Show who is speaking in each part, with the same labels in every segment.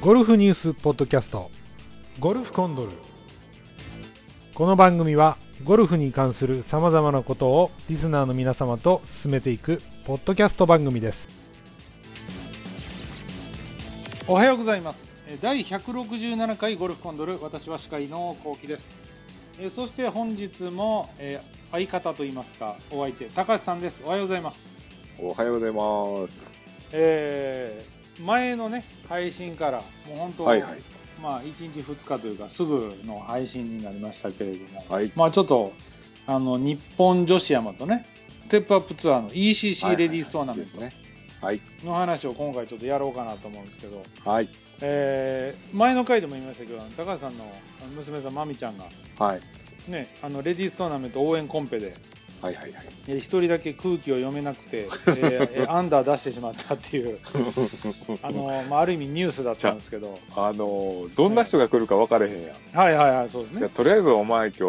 Speaker 1: ゴルフニュースポッドキャストゴルフコンドルこの番組はゴルフに関するさまざまなことをリスナーの皆様と進めていくポッドキャスト番組です
Speaker 2: おはようございますえー第167回ゴルフコンドル私は司会の幸喜ですえーそして本日も、えー相方といいますかお相手高橋さんですおはようございます、
Speaker 3: おはようございます。
Speaker 2: えー前のね配信からもう本当、
Speaker 3: はいはい
Speaker 2: まあ1日2日というかすぐの配信になりましたけれども、
Speaker 3: はい
Speaker 2: まあちょっとあの日本女子山とねステップアップツアーの ECC レディーストーナメント
Speaker 3: ね。はい
Speaker 2: の話を今回ちょっとやろうかなと思うんですけど、
Speaker 3: はい
Speaker 2: えー前の回でも言いましたけど高橋さんの娘さんまみちゃんが、
Speaker 3: はい
Speaker 2: ね、あのレディーストーナメント応援コンペで
Speaker 3: はいはいはい。
Speaker 2: えー一人だけ空気を読めなくて、えーえ ーアンダー出してしまったっていうあの、まあ、ある意味ニュースだったんですけど
Speaker 3: あのーどんな人が来るか分かれへんやん。
Speaker 2: はいはいはいそうです
Speaker 3: じゃ
Speaker 2: ね
Speaker 3: あとりあえずお前今日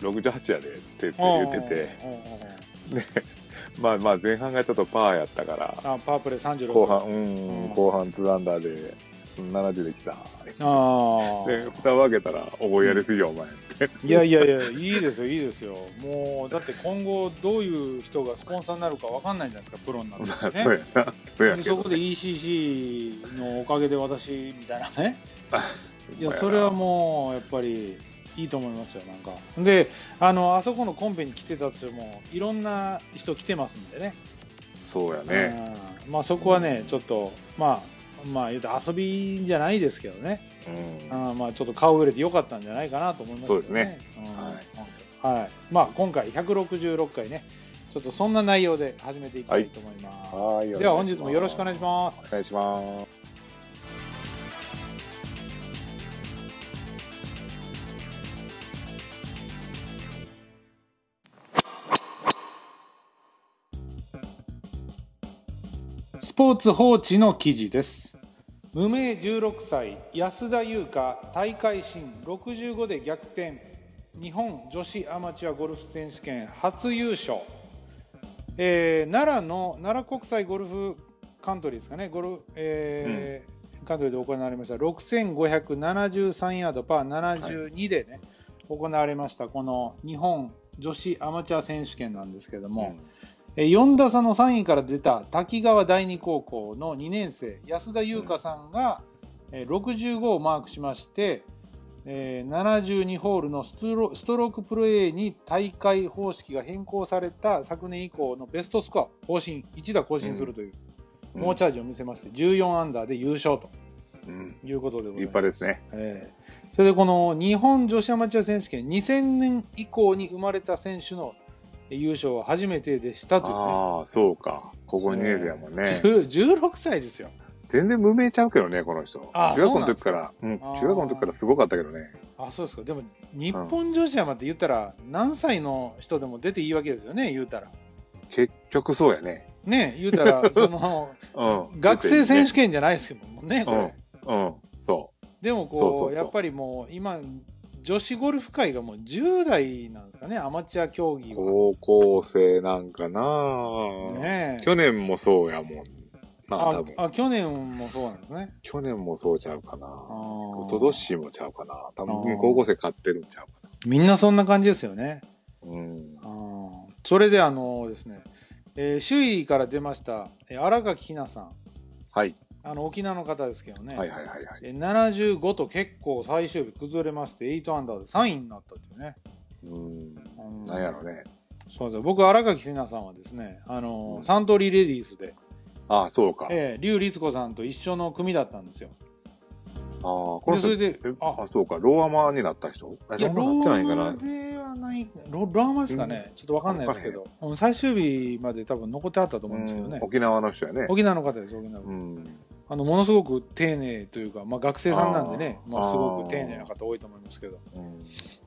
Speaker 3: 68やでって言ってて、
Speaker 2: うんうんうんうん
Speaker 3: まあまあ前半がちょっとパーやったから、
Speaker 2: あパープレ36
Speaker 3: 後半うん、
Speaker 2: うん
Speaker 3: 後半2アンダーで70できた。
Speaker 2: ああ
Speaker 3: で蓋を開けたら覚えやりすぎよお前って。
Speaker 2: いやいやいやいいですよいいですよもうだって今後どういう人がスポンサーになるかわかんないじゃないですかプロになって
Speaker 3: まあ
Speaker 2: ね
Speaker 3: そうやな。そうや
Speaker 2: で
Speaker 3: け
Speaker 2: そ
Speaker 3: ど
Speaker 2: こ。で ECC のおかげで私みたいな ねいやそれはもうやっぱりいいと思いますよなんかであのあそこのコンペに来てたとしてもいろんな人来てますんでね
Speaker 3: そうやね。
Speaker 2: うんまあそこはねちょっとまあまあ言うと遊びじゃないですけどね、
Speaker 3: うん。
Speaker 2: あーまあちょっと顔を売れてよかったんじゃないかなと思いますけどねうん
Speaker 3: はい
Speaker 2: はい、まあ今回166回ねちょっとそんな内容で始めていきたいと思います、
Speaker 3: はい。
Speaker 2: では本日もよろしくお願いします
Speaker 3: お願いします。
Speaker 2: スポーツ報知の記事です無名16歳安田優香大会新65で逆転日本女子アマチュアゴルフ選手権初優勝、えー奈良の奈良国際ゴルフカントリーですかねゴル、えーカントリーで行われました6573ヤードパー72でね、行われましたこの日本女子アマチュア選手権なんですけども、えー4打差の3位から出た滝川第二高校の2年生安田優香さんが、えー65をマークしまして、えー72ホールのストロストロークプレーに大会方式が変更された昨年以降のベストスコア更新1打更新するという
Speaker 3: うん
Speaker 2: 猛チャージを見せまして14アンダーで優勝と
Speaker 3: うん。
Speaker 2: いうことでございます
Speaker 3: 立派ですね。
Speaker 2: ええそれでこの日本女子アマチュア選手権2000年以降に生まれた選手の優勝は初めてでしたというね
Speaker 3: ああ、そうか。ここ2年生やもんね。
Speaker 2: 16歳ですよ
Speaker 3: 全然無名ちゃうけどね、この人。
Speaker 2: あー
Speaker 3: 中学校の時から、うん、
Speaker 2: あー
Speaker 3: 中学校の時からすごかったけどね。
Speaker 2: あそうですかでも日本女子アマって言ったら何歳の人でも出ていいわけですよね言うたら
Speaker 3: 結局そうやね。
Speaker 2: ね言うた らその
Speaker 3: うん。
Speaker 2: 学生選手
Speaker 3: 権、
Speaker 2: 権じゃないですもんねこれ、
Speaker 3: うん。うん。そ
Speaker 2: でもこう
Speaker 3: そうそうそう
Speaker 2: やっぱりもう今女子ゴルフ界がもう10代なんですかねアマチュア競技
Speaker 3: う。
Speaker 2: は
Speaker 3: 高校生なんかなぁ
Speaker 2: ねえ
Speaker 3: 去年もそうやもんな、
Speaker 2: あ
Speaker 3: 多分。
Speaker 2: あ去年もそうなんですね
Speaker 3: 去年もそうちゃうかな。
Speaker 2: お
Speaker 3: おととしもちゃうかな。多
Speaker 2: あー
Speaker 3: 分、高校生買ってるんちゃうか
Speaker 2: みんなそんな感じですよね。
Speaker 3: な。うん。
Speaker 2: うんそれであのですね、えー周囲から出ました、えー新垣ひなさん、
Speaker 3: はい。
Speaker 2: あの沖縄の方ですけどね、
Speaker 3: はいはいはいはい。
Speaker 2: えー75と結構最終日崩れまして、8アンダーで3位になったというね。
Speaker 3: うん。
Speaker 2: うん
Speaker 3: なんやろね。
Speaker 2: そうです僕、新垣ひなさんはですね、あのー
Speaker 3: うん
Speaker 2: サントリーレディースで、
Speaker 3: ああ、そうか。あ
Speaker 2: えー、竜律子さんと一緒の組だったんですよ。
Speaker 3: あ、この
Speaker 2: でそ
Speaker 3: 人
Speaker 2: れ、で
Speaker 3: え、
Speaker 2: あ
Speaker 3: あ、そうか。ローアマになった人あ
Speaker 2: いや、
Speaker 3: ロ
Speaker 2: ロ
Speaker 3: ーアマ
Speaker 2: ー
Speaker 3: になってない
Speaker 2: マ
Speaker 3: んかな。
Speaker 2: ではない、ロローマですかね、ちょっとわかんないですけど、うん最終日まで多分残ってあったと思うんですけどね
Speaker 3: うん、沖縄の人やね。
Speaker 2: 沖縄の方です、沖縄の方
Speaker 3: うん。
Speaker 2: あのものすごく丁寧というか、まあ、学生さんなんでね
Speaker 3: あー
Speaker 2: まあ、すごく丁寧な方多いと思いますけど、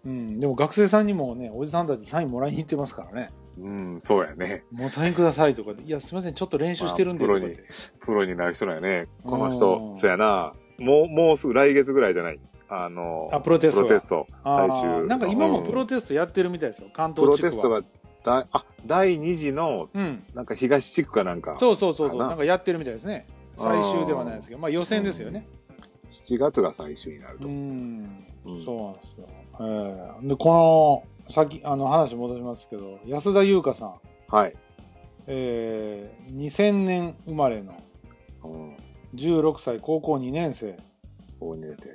Speaker 2: うん、でも学生さんにもねおじさんたちサインもらいに行ってますからね
Speaker 3: うん、そうやね。
Speaker 2: 「もうサインください」とかで「いやすみませんちょっと練習してるんで」と
Speaker 3: まあ
Speaker 2: か
Speaker 3: プ
Speaker 2: っ
Speaker 3: ロ
Speaker 2: て
Speaker 3: に、プロになる人だよね。この
Speaker 2: う
Speaker 3: 人
Speaker 2: ん、
Speaker 3: そうやな。もう、もうすぐ来月ぐらいじゃない。あの、
Speaker 2: あプロテストが
Speaker 3: プロテスト。
Speaker 2: あ
Speaker 3: 最
Speaker 2: ー
Speaker 3: 終。
Speaker 2: なんか今も
Speaker 3: うん
Speaker 2: プロテストやってるみたいですよ関
Speaker 3: プロ
Speaker 2: 東地
Speaker 3: テ
Speaker 2: 区
Speaker 3: スト
Speaker 2: は
Speaker 3: が、だあ、第2次の、
Speaker 2: うん
Speaker 3: なんか東地区かなんか。
Speaker 2: そうそうそうそう
Speaker 3: かな
Speaker 2: なんかやってるみたいですね最終ではないですけどまあ予選ですよね
Speaker 3: 7月が最終になると。
Speaker 2: うん
Speaker 3: うん
Speaker 2: そうなんですよ。ええで、この、先、あの話戻しますけど、安田優香さん、
Speaker 3: はい。
Speaker 2: ええ2000年生まれの
Speaker 3: うん。
Speaker 2: 16歳高校2年生。
Speaker 3: 大年生。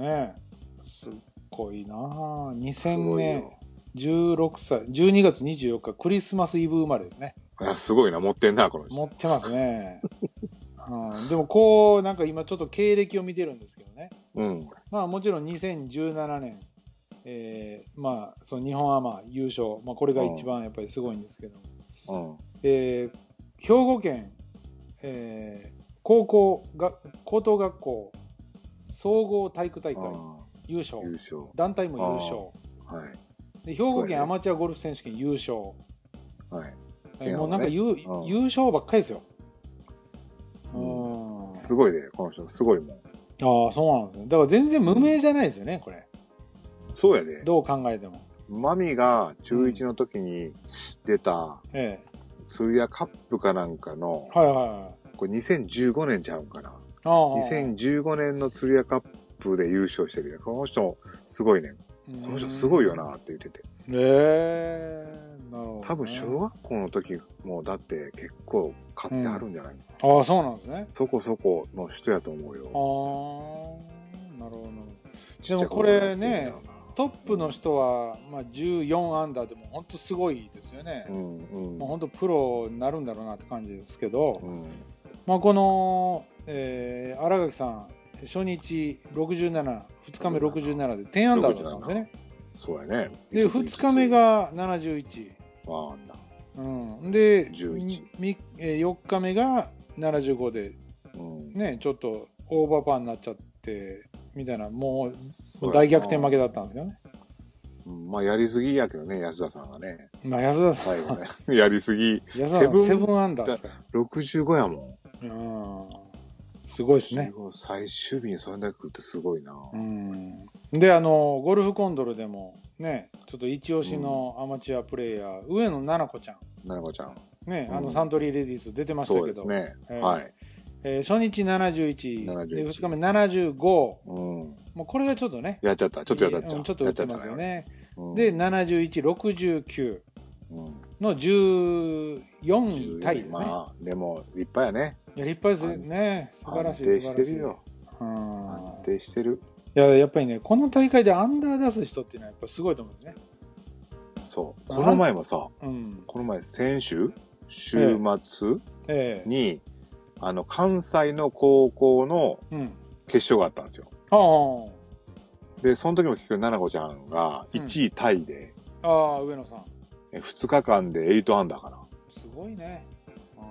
Speaker 2: ねえすっごいなあ
Speaker 3: す
Speaker 2: 2000
Speaker 3: ごい
Speaker 2: 年
Speaker 3: よ。
Speaker 2: 16歳、12月24日、クリスマスイブ生まれですね。
Speaker 3: いや、すごいな、持ってんな、この人。
Speaker 2: 持ってます ね。うん、でもこう、なんか今ちょっと経歴を見てるんですけどね。
Speaker 3: うん。
Speaker 2: まあもちろん2017年、えーまあその日本アマ優勝、まあこれが一番やっぱりすごいんですけど、
Speaker 3: うん。
Speaker 2: えー兵庫県、えー高校が、高等学校総合体育大会
Speaker 3: あ
Speaker 2: 優
Speaker 3: ー
Speaker 2: 勝、
Speaker 3: 優勝。
Speaker 2: 団体も優勝、
Speaker 3: はい。
Speaker 2: で兵庫
Speaker 3: そうや
Speaker 2: 県
Speaker 3: ね
Speaker 2: アマチュアゴルフ選手権優勝、
Speaker 3: はい。
Speaker 2: えー
Speaker 3: いや
Speaker 2: もうなんか
Speaker 3: ね
Speaker 2: 優,、
Speaker 3: うん
Speaker 2: 優勝ばっかりですよ。う、
Speaker 3: うん
Speaker 2: あ
Speaker 3: すごいね、この人。すごいもん。
Speaker 2: あ、そうなんですね。だから全然無名じゃないですよね、これ。
Speaker 3: そうやで。
Speaker 2: どう考えても。
Speaker 3: マミが中1の時に出た、
Speaker 2: え
Speaker 3: スリアカップかなんかの
Speaker 2: え、はいはいはい。
Speaker 3: これ2015年ちゃうんかな。
Speaker 2: ああ
Speaker 3: 2015年の釣り屋カップで優勝してるね。この人、すごいね。この人すごいよ。なって言ってて。
Speaker 2: うんええなるほどね、
Speaker 3: 多分小学校の時もだって結構買ってあるんじゃない、
Speaker 2: ああ、そうなんですね。
Speaker 3: そこそこの人やと思
Speaker 2: あ
Speaker 3: う
Speaker 2: あ
Speaker 3: よ。、
Speaker 2: なるほどなるほ
Speaker 3: ちっちゃい
Speaker 2: でもこ
Speaker 3: 頃
Speaker 2: れ
Speaker 3: からや
Speaker 2: ね
Speaker 3: ってんだよ
Speaker 2: ど。トップの人は、まあ、14アンダーでも本当すごいですよね。
Speaker 3: なうん
Speaker 2: もう
Speaker 3: うん。
Speaker 2: 本当プロになるんだろうなって感じですけど、
Speaker 3: うん。
Speaker 2: まあ、この、えー、新垣さん、初日67、2日目67で10アンダーだったんですよね。
Speaker 3: そうやね。
Speaker 2: で、2日目。が71。
Speaker 3: あんだ。
Speaker 2: うん、で
Speaker 3: 11
Speaker 2: みみえー4日目が75で
Speaker 3: うん。
Speaker 2: ねちょっとオーバーパーになっちゃってみたいなも
Speaker 3: そう
Speaker 2: う
Speaker 3: やな
Speaker 2: 大逆転負けだったんですよね。
Speaker 3: うんまあ、やりすぎやけどね、安田さんがね。
Speaker 2: まあ安田さ
Speaker 3: 最後ね。 やりすぎ。
Speaker 2: ん安田さん
Speaker 3: セブン
Speaker 2: セブンアンダーですから
Speaker 3: 65やもん。
Speaker 2: うんすごいですね。
Speaker 3: 15最終日にそれだけ食ってすごいな。
Speaker 2: うん、であのゴルフコンドルでもねちょっと一押しのアマチュアプレーヤー、上野菜々子ちゃん
Speaker 3: ななこちゃん。
Speaker 2: ね、
Speaker 3: うん
Speaker 2: あのサントリーレディース出てました
Speaker 3: そう
Speaker 2: け
Speaker 3: です
Speaker 2: ど、
Speaker 3: ね。
Speaker 2: えー
Speaker 3: はい。
Speaker 2: えー初日71
Speaker 3: 71
Speaker 2: で2日目75も
Speaker 3: うん。
Speaker 2: うこれがちょっとね
Speaker 3: やっちゃった。ちょっとやっちゃ
Speaker 2: う
Speaker 3: った。
Speaker 2: んちょっと打ってますよ
Speaker 3: やっち
Speaker 2: ね。
Speaker 3: ゃった。うん
Speaker 2: で、、7169
Speaker 3: うん
Speaker 2: の14位タイですね。
Speaker 3: まあ、でも、立派やね。
Speaker 2: いや、立派ですよね。素晴らしい。
Speaker 3: 安定してるよ。
Speaker 2: 素晴らしい。うん
Speaker 3: 安定してる。
Speaker 2: いや、やっぱりね、この大会でアンダー出す人っていうのはやっぱすごいと思うんですね。
Speaker 3: そう。この前もさ、
Speaker 2: うん。
Speaker 3: この前、先週、週末
Speaker 2: ええ
Speaker 3: に、あの、関西の高校の
Speaker 2: うん。
Speaker 3: 決勝があったんですよ。
Speaker 2: あ
Speaker 3: で、その時も結局、ななこちゃんが1位タイで、
Speaker 2: あ、ああ、上野さん。
Speaker 3: え2日間で8アンダーかな。
Speaker 2: すごいね。あ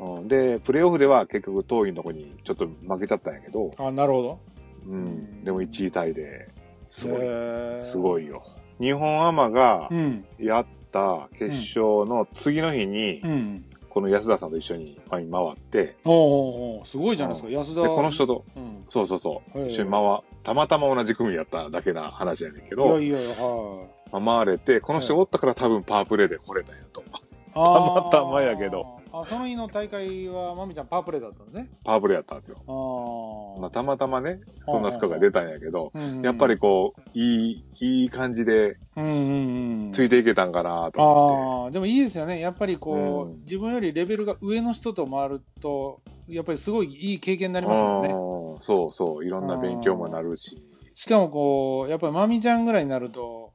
Speaker 3: うんで、プレーオフでは結局、遠いのとこにちょっと負けちゃったんやけど、
Speaker 2: あ、なるほど。
Speaker 3: うん、でも1位タイで、すごい、
Speaker 2: い
Speaker 3: すごいよ。日本アマが
Speaker 2: うん。
Speaker 3: やった決勝の次の日に
Speaker 2: う、ん。こ
Speaker 3: この安田さんと一緒にファイン回って、
Speaker 2: おうおうおうすごいじゃないですか、
Speaker 3: うん
Speaker 2: 安田。
Speaker 3: で、この人と、
Speaker 2: うん。
Speaker 3: そうそうそう、
Speaker 2: へえ
Speaker 3: 一緒に回、たまたま同じ組やっただけな話やねん
Speaker 2: い
Speaker 3: け
Speaker 2: や
Speaker 3: ど、
Speaker 2: いやいや、はい。
Speaker 3: 回れて、この人おったから多分パープレーで来れたんやと。
Speaker 2: たま
Speaker 3: またまやけど
Speaker 2: あその日の大会はまみちゃんパープレーだったんですね
Speaker 3: パープレーやったんですよ。
Speaker 2: あー
Speaker 3: まあたまたまね、そんなスコアが出たんやけど、
Speaker 2: うんうん
Speaker 3: やっぱりこう、いい、いい感じで
Speaker 2: うんうんうん
Speaker 3: ついていけたんかなと思
Speaker 2: あ
Speaker 3: っ
Speaker 2: あでもいいですよねやっぱりこう、
Speaker 3: うん
Speaker 2: 自分よりレベルが上の人と回るとやっぱりすごいいい経験にな
Speaker 3: て。
Speaker 2: りますよね
Speaker 3: うんそうそう、いろんな勉強もなるし。
Speaker 2: しかもこうやっぱりまみちゃんぐらいになると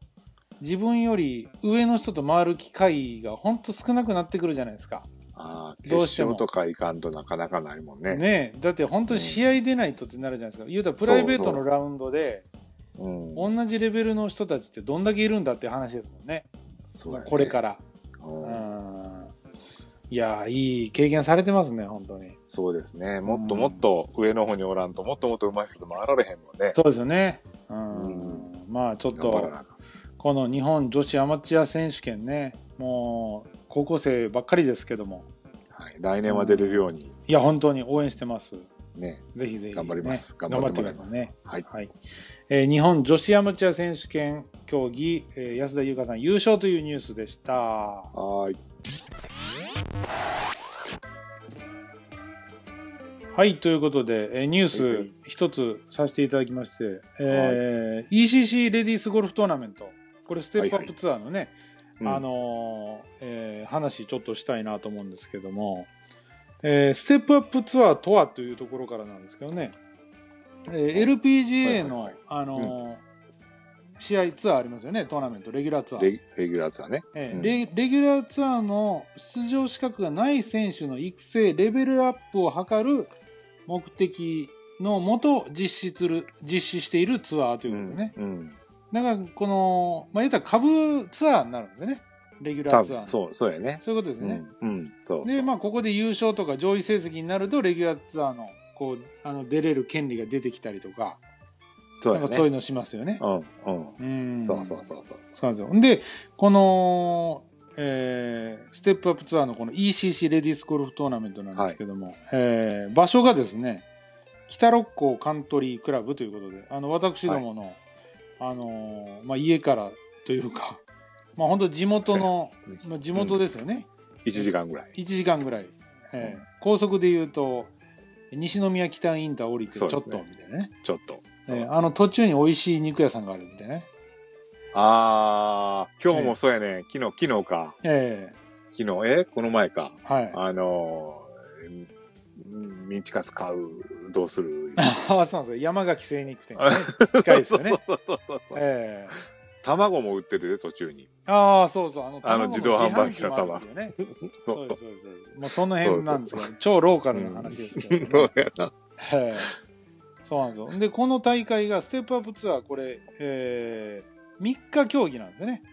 Speaker 2: 自分より上の人と回る機会がほんと少なくなってくるじゃないですか
Speaker 3: ああ、決
Speaker 2: どうしても
Speaker 3: 勝とかいかんとなかなかないもんね。
Speaker 2: ねえだって本当に試合出ないとってなるじゃないですか、言うたらプライベートのラウンドで
Speaker 3: うん。
Speaker 2: 同じレベルの人たちってどんだけいるんだって話ですもんね
Speaker 3: そうやね
Speaker 2: これから、
Speaker 3: うん
Speaker 2: うんいやーいい経験されてますね本当に
Speaker 3: そうですね。もっともっと上の方におらんと、もっともっと上手い人と回られへんもんね。
Speaker 2: そうですよねうん、まあちょっ
Speaker 3: 頑張ら
Speaker 2: と
Speaker 3: なあかん
Speaker 2: この日本女子アマチュア選手権ねもう高校生ばっかりですけども
Speaker 3: はい。来年は出れるように、
Speaker 2: いや本当に応援してます
Speaker 3: ね、
Speaker 2: ぜひぜひね、
Speaker 3: 頑張ります。
Speaker 2: 頑
Speaker 3: 頑
Speaker 2: 張
Speaker 3: 張
Speaker 2: っ
Speaker 3: ってて
Speaker 2: く
Speaker 3: も
Speaker 2: だ
Speaker 3: ら
Speaker 2: さ
Speaker 3: い
Speaker 2: い
Speaker 3: ま
Speaker 2: ね
Speaker 3: す。はい。
Speaker 2: はいえー日本女子アマチュア選手権競技、えー安田優香さん優勝というニュースでした
Speaker 3: はーい。
Speaker 2: はい、ということで、えーニュース一つさせていただきまして、えー ECC レディースゴルフトーナメント、これステップアップツアーのね、
Speaker 3: うん
Speaker 2: あのーえー話ちょっとしたいなと思うんですけども、えーステップアップツアーとはというところからなんですけどね、えー LPGA の、
Speaker 3: はいは
Speaker 2: あ
Speaker 3: いはい
Speaker 2: のー試合ツアーありますよね、トーナメント、レギュラーツアー。
Speaker 3: レギレギュラーツアーね。
Speaker 2: え
Speaker 3: うん
Speaker 2: ーレレギュラーツアーの出場資格がない選手の育成レベルアップを図る目的のもと実施する実施しているツアーということでね、
Speaker 3: うん。
Speaker 2: だからこの、まあ、言ったら株ツアーになるんでねレギュラ
Speaker 3: 多
Speaker 2: ーツアー
Speaker 3: 分、
Speaker 2: の
Speaker 3: そう、そうやね。
Speaker 2: そういうことです
Speaker 3: う
Speaker 2: ね、
Speaker 3: ん。うん。そう。
Speaker 2: で、まあ、ここで優勝とか上位成績になるとレギュラーツアーのこうあの出れる権利が出てきたりとか
Speaker 3: そう
Speaker 2: なん
Speaker 3: や
Speaker 2: かそうい
Speaker 3: ね。
Speaker 2: うのしますよね。
Speaker 3: うん。うん。
Speaker 2: うん
Speaker 3: そうそうそうそう。
Speaker 2: そうなんですよ。で、この、えーステップアップツアーのこの ECC レディースゴルフトーナメントなんですけども、えー場所がですね、北六甲カントリークラブということで、あの、私どもの、あのーまあ、家からというか、まあ、本当地元の
Speaker 3: そうや、
Speaker 2: まあ、地元ですよね。
Speaker 3: 1時間ぐらい。
Speaker 2: 1時間ぐらい、えー高速で言うと、西宮北インター降りてちょっと
Speaker 3: そ
Speaker 2: み
Speaker 3: うで
Speaker 2: た
Speaker 3: すね
Speaker 2: いなね。
Speaker 3: ちょっと。そう
Speaker 2: えー
Speaker 3: そうそう
Speaker 2: あの、途中に美味しい肉屋さんがあるみたいなね。
Speaker 3: あー、今日もそうやね。昨日、昨日か。
Speaker 2: え
Speaker 3: 昨日、えこの前か。
Speaker 2: ーはい。
Speaker 3: あのー、んミンチカツ買う、どうする
Speaker 2: ああ、そうなんですよ。山垣精肉店がね、近いですよね。
Speaker 3: そうそうそうそう。
Speaker 2: ええ
Speaker 3: 卵も売ってるで、途中に。
Speaker 2: ああ、そうそう。あの、
Speaker 3: あの自動販売機の
Speaker 2: 卵も
Speaker 3: 卵
Speaker 2: 自販機もあるんですよね。
Speaker 3: そ
Speaker 2: そう
Speaker 3: う
Speaker 2: で
Speaker 3: そ
Speaker 2: すそう
Speaker 3: う。
Speaker 2: です。そうですもうその辺なんですよ。超ローカルな話ですけどね、
Speaker 3: そう やな。
Speaker 2: ええそうなんですよ。で、この大会が、ステップアップツアー、これ、ええ3日競技なんですよね。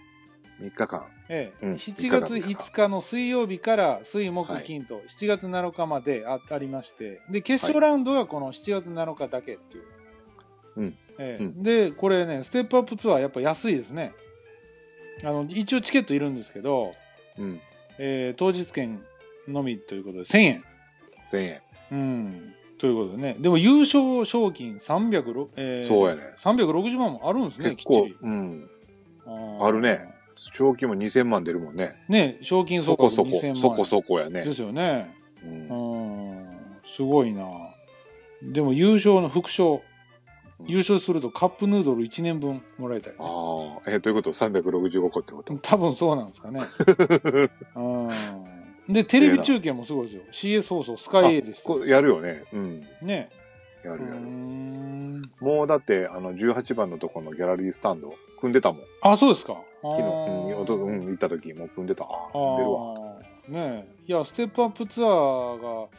Speaker 3: 3日間。
Speaker 2: ええ
Speaker 3: うん
Speaker 2: 7月5日の水曜日から水木金と7月7日まであありましてで決勝ラウンドがこの7月7日だけっていう、
Speaker 3: うん
Speaker 2: ええ
Speaker 3: うん
Speaker 2: でこれねステップアップツアーやっぱ安いですねあの一応チケットいるんですけど、
Speaker 3: うん。
Speaker 2: ええ当日券のみということで1000円、
Speaker 3: 1000円。
Speaker 2: うん、ということでねでも優勝賞金306、ええ
Speaker 3: そうやね
Speaker 2: 360万もあるんですね
Speaker 3: 結構
Speaker 2: きっち、り
Speaker 3: うん。
Speaker 2: ー
Speaker 3: あるね賞金も2000万出るもんね。
Speaker 2: ね賞金総
Speaker 3: そ
Speaker 2: 額
Speaker 3: こ
Speaker 2: 2000万
Speaker 3: そこ、そこそこや
Speaker 2: で
Speaker 3: ね。
Speaker 2: すよね
Speaker 3: うん
Speaker 2: う。ん、すごいな。でも優勝の副賞、
Speaker 3: うん
Speaker 2: 優勝するとカップヌードル1年分もらえたり、ね、
Speaker 3: ああ、え、ということ365個ってこと
Speaker 2: 多分そうなんです かね。うん、で、テレビ中継もすごいですよ。CS 放送、スカイ A です
Speaker 3: これやるよね。うん。
Speaker 2: ね。
Speaker 3: や
Speaker 2: う
Speaker 3: るやる。
Speaker 2: ん
Speaker 3: もうだって、あの、18番のとこのギャラリースタンド、組んでたもん。
Speaker 2: あ、そうですか。あ
Speaker 3: 昨日、うん、
Speaker 2: ー
Speaker 3: おとうん、行った時、もう組んでた。ああ、
Speaker 2: あ
Speaker 3: 組んでるわ。
Speaker 2: ーねえいやステップアップツアーが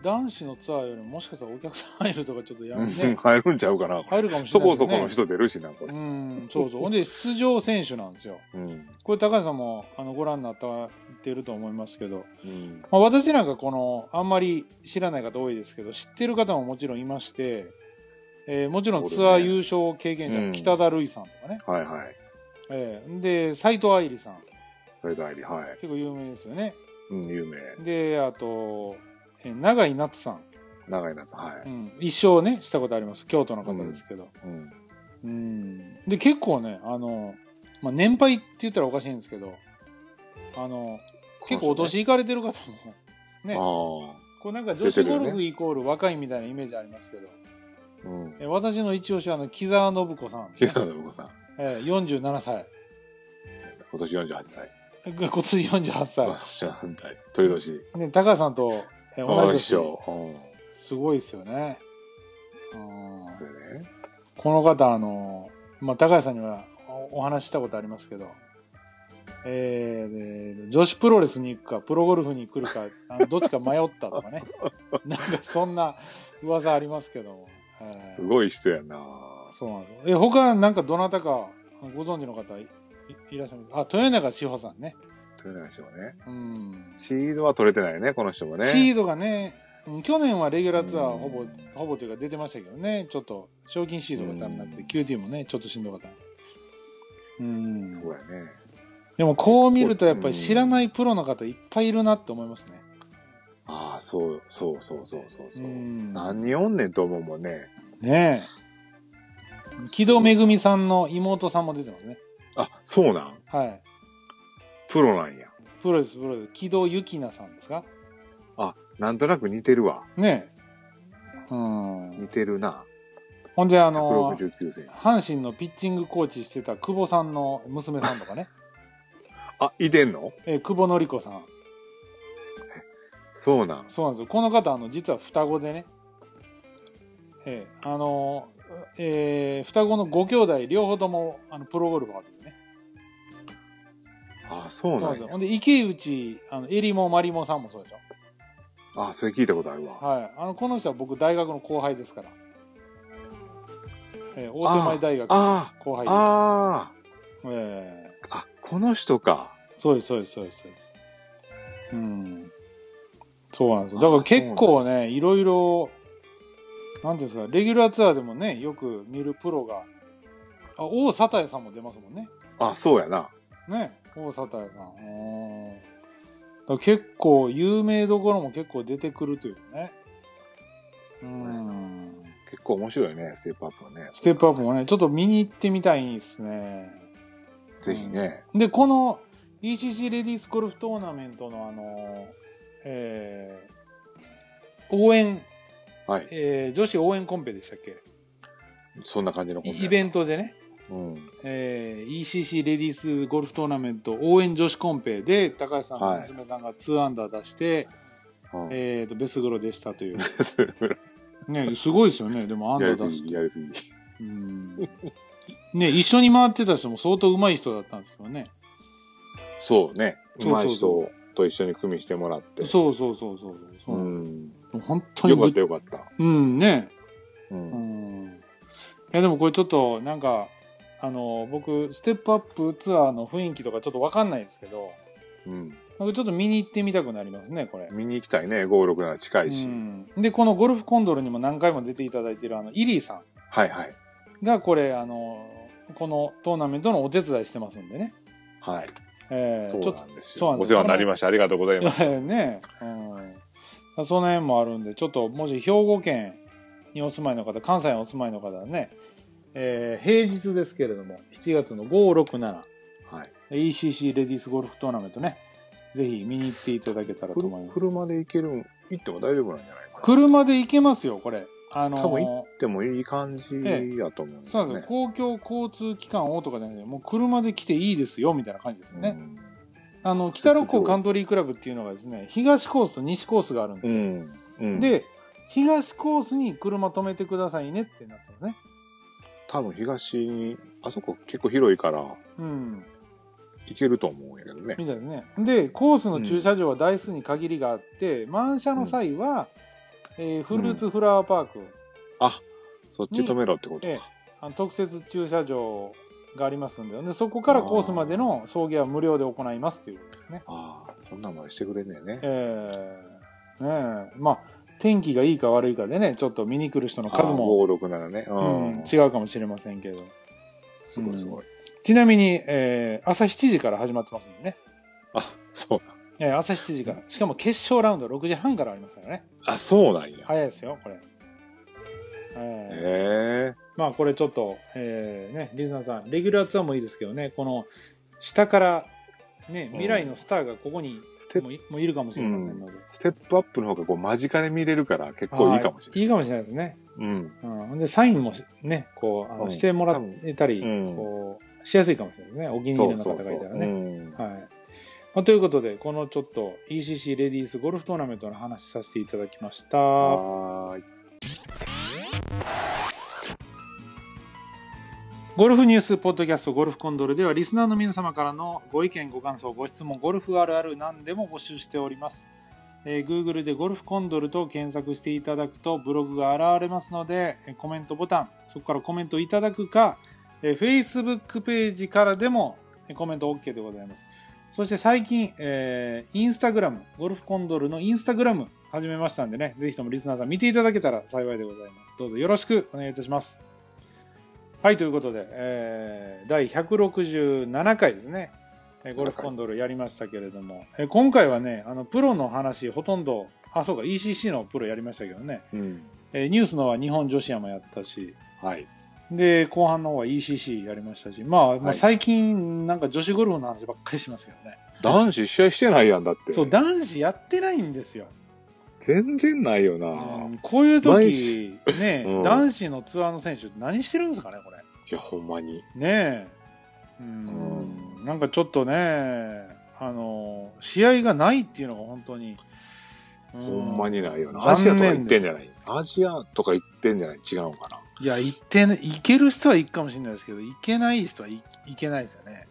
Speaker 2: 男子のツアーよりもしかしたらお客さん入るとかちょっとや
Speaker 3: う
Speaker 2: め
Speaker 3: ん
Speaker 2: ね
Speaker 3: 入るん ちゃうかな。
Speaker 2: 入るかもし
Speaker 3: そ
Speaker 2: れない
Speaker 3: こ
Speaker 2: ですね
Speaker 3: そこの人出るしな、これ。
Speaker 2: うんそうそうほんで出場選手なんですよ
Speaker 3: うん。
Speaker 2: これ高橋さんもあのご覧になったっていると思いますけど、
Speaker 3: うん。
Speaker 2: まあ、私なんかこのあんまり知らない方多いですけど知ってる方ももちろんいまして、えーもちろんツアー優勝経験者、
Speaker 3: うん
Speaker 2: 北田瑠衣さんとかね、
Speaker 3: はいはい。
Speaker 2: えーで斎藤愛理さん
Speaker 3: それとあり、はい。
Speaker 2: 結構有名ですよね
Speaker 3: うん、有名。
Speaker 2: であと、えー永井夏さん、
Speaker 3: 長い夏、は
Speaker 2: う
Speaker 3: い。
Speaker 2: ん、一生ねしたことあります京都の方ですけど、
Speaker 3: うん。
Speaker 2: うんで結構ねあの、まあ、年配って言ったらおかしいんですけどあの 結構お年いかれてる方もね
Speaker 3: ああ。
Speaker 2: こうなんか女子ゴルフイコール若いみたいなイメージありますけど、
Speaker 3: うん。
Speaker 2: え私の一押しはあの木澤信子さん、
Speaker 3: 平野信子さん、
Speaker 2: えー、47歳
Speaker 3: 今年48歳。
Speaker 2: え今年48歳、
Speaker 3: 48歳。鳥年。
Speaker 2: ね、高橋さんと、えー同じ年
Speaker 3: 緒。
Speaker 2: すごいですよねうん
Speaker 3: うん。そうやね。
Speaker 2: この方あの、まあ、高橋さんにはおお話ししたことありますけど、えーで女子プロレスに行くかプロゴルフに来るかあのどっちか迷ったとか ねなんかそんな噂ありますけども、えー
Speaker 3: すごい人やな
Speaker 2: そうなんですよ。え、他なんかどなたかご存知の方いいいらっしゃいますあ、豊永志保さんね。
Speaker 3: 取れない人もね。
Speaker 2: うん。
Speaker 3: シードは取れてないね、この人もね。
Speaker 2: シードがね、うん去年はレギュラーツアーほ
Speaker 3: う
Speaker 2: ぼ
Speaker 3: ん、
Speaker 2: ほぼというか出てましたけどね、ちょっと賞金シードが足んなくて、
Speaker 3: うん
Speaker 2: QT もね、ちょっとしんどかった。うん。
Speaker 3: そうやね。
Speaker 2: でもこう見るとやっぱり知らないプロの方いっぱいいるなって思いますね。
Speaker 3: ああ、そう、そうそうそうそうそうう。
Speaker 2: ん
Speaker 3: 何おんねんと思うもんね。
Speaker 2: ねえ。木戸めぐみさんの妹さんも出てますね。
Speaker 3: あ、そうなん
Speaker 2: はい。
Speaker 3: プロなんや。
Speaker 2: プロです、プロです。木戸ゆきなさんですか
Speaker 3: あ、なんとなく似てるわ。
Speaker 2: ねうん。
Speaker 3: 似てるな。
Speaker 2: ほんで、あの、
Speaker 3: 169センチ。
Speaker 2: 阪神のピッチングコーチしてた久保さんの娘さんとかね、
Speaker 3: あ、いてんの
Speaker 2: えー久保紀子さん。
Speaker 3: そうなん。
Speaker 2: そうなんですよ。この方、あの、実は双子でね、えーあのー、えー双子のご兄弟、両方とも、あの、プロゴルファーでね。
Speaker 3: あ、そう
Speaker 2: そうなん
Speaker 3: な
Speaker 2: です
Speaker 3: ん
Speaker 2: よ。
Speaker 3: や
Speaker 2: ほんで、池内、あの、えりもまりもさんもそうでしょ。
Speaker 3: あ、それ聞いたことあるわ。
Speaker 2: はい、あのこの人は僕大学の後輩ですから、えー大手前大学の
Speaker 3: あ
Speaker 2: 後輩
Speaker 3: あ、
Speaker 2: です、
Speaker 3: あ
Speaker 2: えー
Speaker 3: あ、あ、この人か。
Speaker 2: そうですそうですそうですそうですうんそうなんですよだから結構ねいろいろなんていうんですかレギュラーツアーでもねよく見るプロがあ王貞治さんも出ますもんね
Speaker 3: あ、そうやな。
Speaker 2: ね王貞治さんうんだから結構有名どころも結構出てくるというねうん
Speaker 3: 結構面白いね、ステップアップはね。
Speaker 2: ステップアップもね、ちょっと見に行ってみたいですね。
Speaker 3: ぜひね。
Speaker 2: で、この ECC レディースゴルフトーナメントのあの、えー応援、
Speaker 3: はい。
Speaker 2: えー女子応援コンペでしたっけ
Speaker 3: そんな感じのコン
Speaker 2: イイベ
Speaker 3: ン
Speaker 2: ントでね、
Speaker 3: ト。うん。
Speaker 2: えー ECC レディースゴルフトーナメント応援女子コンペで、高橋さんの娘さんが2アンダー出して、
Speaker 3: うん
Speaker 2: えーと、ベスグロでしたという。
Speaker 3: や
Speaker 2: ね、すごいですよね。でもアンダ
Speaker 3: り
Speaker 2: ー
Speaker 3: す
Speaker 2: 出す
Speaker 3: ぎ、やりすぎ。
Speaker 2: うん。ね、一緒に回ってた人も相当上手い人だったんですけどね。
Speaker 3: そうね。
Speaker 2: そうそ
Speaker 3: うま
Speaker 2: う
Speaker 3: い
Speaker 2: そう
Speaker 3: 人と一緒に組みしてもらって。
Speaker 2: そうそうそうそうそう。
Speaker 3: うん。
Speaker 2: 本当に
Speaker 3: よか
Speaker 2: ぶ
Speaker 3: っ。たよかった。
Speaker 2: うんね。
Speaker 3: う。
Speaker 2: うんん。いやでもこれちょっとなんか、あの、僕、ステップアップツアーの雰囲気とかちょっとわかんないですけど、
Speaker 3: うん。
Speaker 2: なんかちょっと見に行ってみたくなりますね、これ。
Speaker 3: 見に行きたいね。567近
Speaker 2: う
Speaker 3: いし。
Speaker 2: ん、で、このゴルフコンドルにも何回も出ていただいてるあの、イリーさ
Speaker 3: はいはい。
Speaker 2: んがこれ、あの、このトーナメントのお手伝いしてますんでね。
Speaker 3: はい。
Speaker 2: えー、
Speaker 3: そう
Speaker 2: ちょっ
Speaker 3: な
Speaker 2: と
Speaker 3: んです
Speaker 2: そう
Speaker 3: よ。
Speaker 2: なんで
Speaker 3: お
Speaker 2: す
Speaker 3: 世話になりました。ありがとうございます。
Speaker 2: ね、うん、その辺もあるんでちょっともし兵庫県にお住まいの方関西にお住まいの方はね、えー平日ですけれども7月の
Speaker 3: はい。
Speaker 2: 567ECC レディースゴルフトーナメントねぜひ見に行っていただけたらと思います
Speaker 3: 車で行けるん、行っても大丈夫なんじゃないかな。
Speaker 2: 車で行けますよこれあのー
Speaker 3: 多分行ってもいい感じやと思うん
Speaker 2: そうなんですよ、公共交通機関をとかじゃなくてもう車で来ていいですよみたいな感じですよね、あの北六甲カントリークラブっていうのがですね東コースと西コースがあるんです
Speaker 3: う
Speaker 2: よ、
Speaker 3: ん。うん。で、
Speaker 2: で、東コースに車止めてくださいねってなってますね。
Speaker 3: 多分東に、あそこ結構広いから、
Speaker 2: うん。
Speaker 3: 行けると思うんやけどね。
Speaker 2: みたいですね。で、コースの駐車場は台数に限りがあって、満車の際は、えーフルーツフラワーパーク、
Speaker 3: あ、そっち止めろってこと
Speaker 2: ええ
Speaker 3: か。
Speaker 2: あの特設駐車場がありますんで、でそこからコースまでの送迎は無料で行いますということですね。
Speaker 3: ああ、そんなんまでしてくれんねえね。
Speaker 2: えーねえまあ、天気がいいか悪いかでね、ちょっと見に来る人の数も、
Speaker 3: あー567ね。
Speaker 2: うん、
Speaker 3: うん。
Speaker 2: 違うかもしれませんけど。
Speaker 3: すごいすごい。
Speaker 2: ちなみに、えー朝7時から始まってますんでね。
Speaker 3: あ、そうなん。
Speaker 2: えー朝7時から。しかも決勝ラウンド6時半からありますからね。
Speaker 3: あ、そうなんや。
Speaker 2: 早いですよ、これ。えー
Speaker 3: ええ。
Speaker 2: まあ、これちょっと、えーね、リズナーさん、レギュラーツアーもいいですけどね、この、下から、ね、未来のスターがここに
Speaker 3: ステッ
Speaker 2: も
Speaker 3: プ、
Speaker 2: いもういるかもしれませんので。
Speaker 3: ステップアップの方がこう間近で見れるから結構いいかもしれな
Speaker 2: は
Speaker 3: い。
Speaker 2: いいいかもしれないですね。
Speaker 3: うん。
Speaker 2: うん。で、サインもしね、こう、あの
Speaker 3: うん
Speaker 2: してもらえたり、
Speaker 3: うん
Speaker 2: こう、しやすいかもしれないですね。お気に入りの方がいたらね。
Speaker 3: うん
Speaker 2: はいまあ、ということで、このちょっと ECC レディースゴルフトーナメントの話させていただきました。は
Speaker 3: はーい。
Speaker 2: ゴルフニュースポッドキャストゴルフコンドルではリスナーの皆様からのご意見、ご感想、ご質問、ゴルフあるある何でも募集しております。えー Google でゴルフコンドルと検索していただくとブログが現れますので、えーコメントボタン、そこからコメントいただくか、えー Facebook ページからでもえーコメント OK でございます。そして最近、えー、インスタグラム、ゴルフコンドルのインスタグラム始めましたんでね、ぜひともリスナーさん見ていただけたら幸いでございます。どうぞよろしくお願いいたします。はい、ということで、えー第167回ですね、えーゴルフコンドルやりましたけれども、えー今回はね、あのプロの話、ほとんど、あ、そうか、ECC のプロやりましたけどね、
Speaker 3: うん。
Speaker 2: えーニュースのは日本女子山やったし、
Speaker 3: はい。
Speaker 2: で、後半の方は ECC やりましたし、まあ、ま
Speaker 3: は
Speaker 2: あ、
Speaker 3: い
Speaker 2: 最近、なんか女子ゴルフの話ばっかりしますけどね。
Speaker 3: 男子試合してないやんだって。
Speaker 2: そう、男子やってないんですよ。
Speaker 3: 全然ないよな、
Speaker 2: うんこういう
Speaker 3: 毎
Speaker 2: 時
Speaker 3: 日
Speaker 2: ね、
Speaker 3: うん
Speaker 2: 男子のツアーの選手何してるんですかねこれ
Speaker 3: いやほんまに
Speaker 2: ねえうん、なんかちょっとねあの試合がないっていうのが本当に、う
Speaker 3: ほんまにないよなアジア
Speaker 2: 残
Speaker 3: とか行
Speaker 2: 念
Speaker 3: っ
Speaker 2: で
Speaker 3: て
Speaker 2: す
Speaker 3: んじゃないアジアとか行ってんじゃない違うのかない
Speaker 2: や行ってね行ける人は行くかもしれないですけど行けない人はい行けないですよね、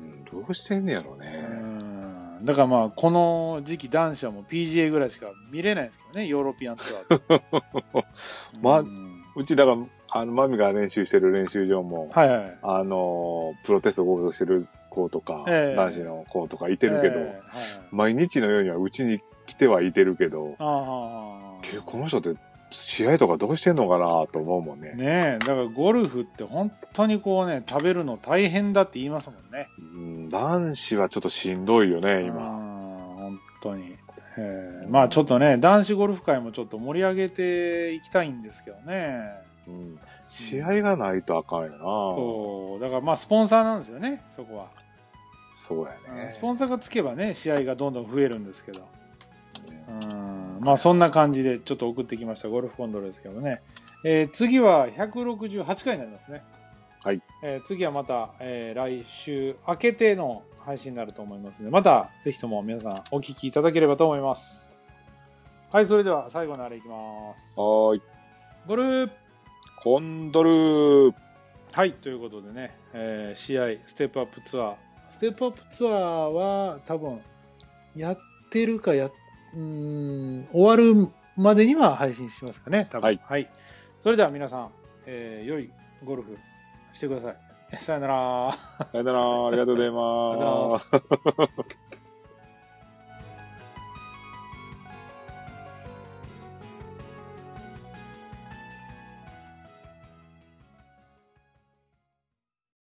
Speaker 3: うんどうしてんねやろね、
Speaker 2: うんだからまあこの時期男子はもう PGA ぐらいしか見れないんですけどねヨーロピアンツアーと
Speaker 3: まあ
Speaker 2: うん
Speaker 3: うちだからあのマミが練習してる練習場も、
Speaker 2: はいはい
Speaker 3: あのプロテスト合格してる子とか、
Speaker 2: ええ
Speaker 3: 男子の子とかいてるけど、
Speaker 2: ええはいはい
Speaker 3: 毎日のようにはうちに来てはいてるけど、
Speaker 2: ああ
Speaker 3: 結構この人って試合とかどうしてんのかなと思うもんね。
Speaker 2: ねえだからゴルフって本当にこうね食べるの大変だって言いますもんね
Speaker 3: うん男子はちょっとしんどいよね、今。
Speaker 2: うん本当に、ええまあちょっとね男子ゴルフ界もちょっと盛り上げていきたいんですけどね
Speaker 3: うん試合がないとあかんよ
Speaker 2: そうだからまあスポンサーなんですよねそこは、
Speaker 3: な。そうや
Speaker 2: うん
Speaker 3: ね
Speaker 2: ス。ポンサーがつけばね試合がどんどん増えるんですけど、うんまあそんな感じでちょっと送ってきましたゴルフコンドルですけどね、えー次は168回になりますね
Speaker 3: はい、
Speaker 2: えー次はまた、えー来週明けての配信になると思いますのでまたぜひとも皆さんお聞きいただければと思いますはいそれでは最後のあれいきます
Speaker 3: はーい。
Speaker 2: ゴルフ
Speaker 3: コンドル
Speaker 2: はいということでね、えー試合ステップアップツアーステップアップツアーは多分やってるかやうーん終わるまでには配信しますかね多分
Speaker 3: はい、
Speaker 2: それでは皆さん、えー良いゴルフしてくださいさよなら
Speaker 3: さよなら、ありがとうご
Speaker 2: あ
Speaker 3: ざい
Speaker 2: りがとうござい
Speaker 3: ま。
Speaker 2: ますす